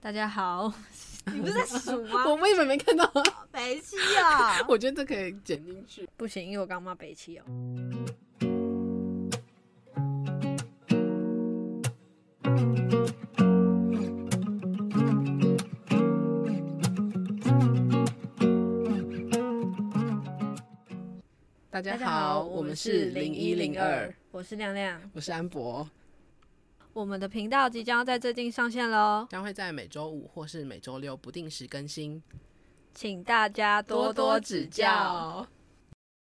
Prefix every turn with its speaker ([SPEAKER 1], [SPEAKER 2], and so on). [SPEAKER 1] 大家 好，你不是在数吗？
[SPEAKER 2] 我为什么没看到？
[SPEAKER 1] 北七啊，
[SPEAKER 2] 我觉得这可以剪进去。
[SPEAKER 1] 不行，因为我刚骂北七哦。
[SPEAKER 2] 大家
[SPEAKER 1] 大
[SPEAKER 2] 好，
[SPEAKER 1] 家好，
[SPEAKER 2] 我们是零一零二，，
[SPEAKER 1] 我是亮亮。
[SPEAKER 2] 我是安博，
[SPEAKER 1] 我们的频道即将要在最近上线喽，
[SPEAKER 2] 将会在每周五或是每周六不定时更新，
[SPEAKER 1] 请大家多多指教。。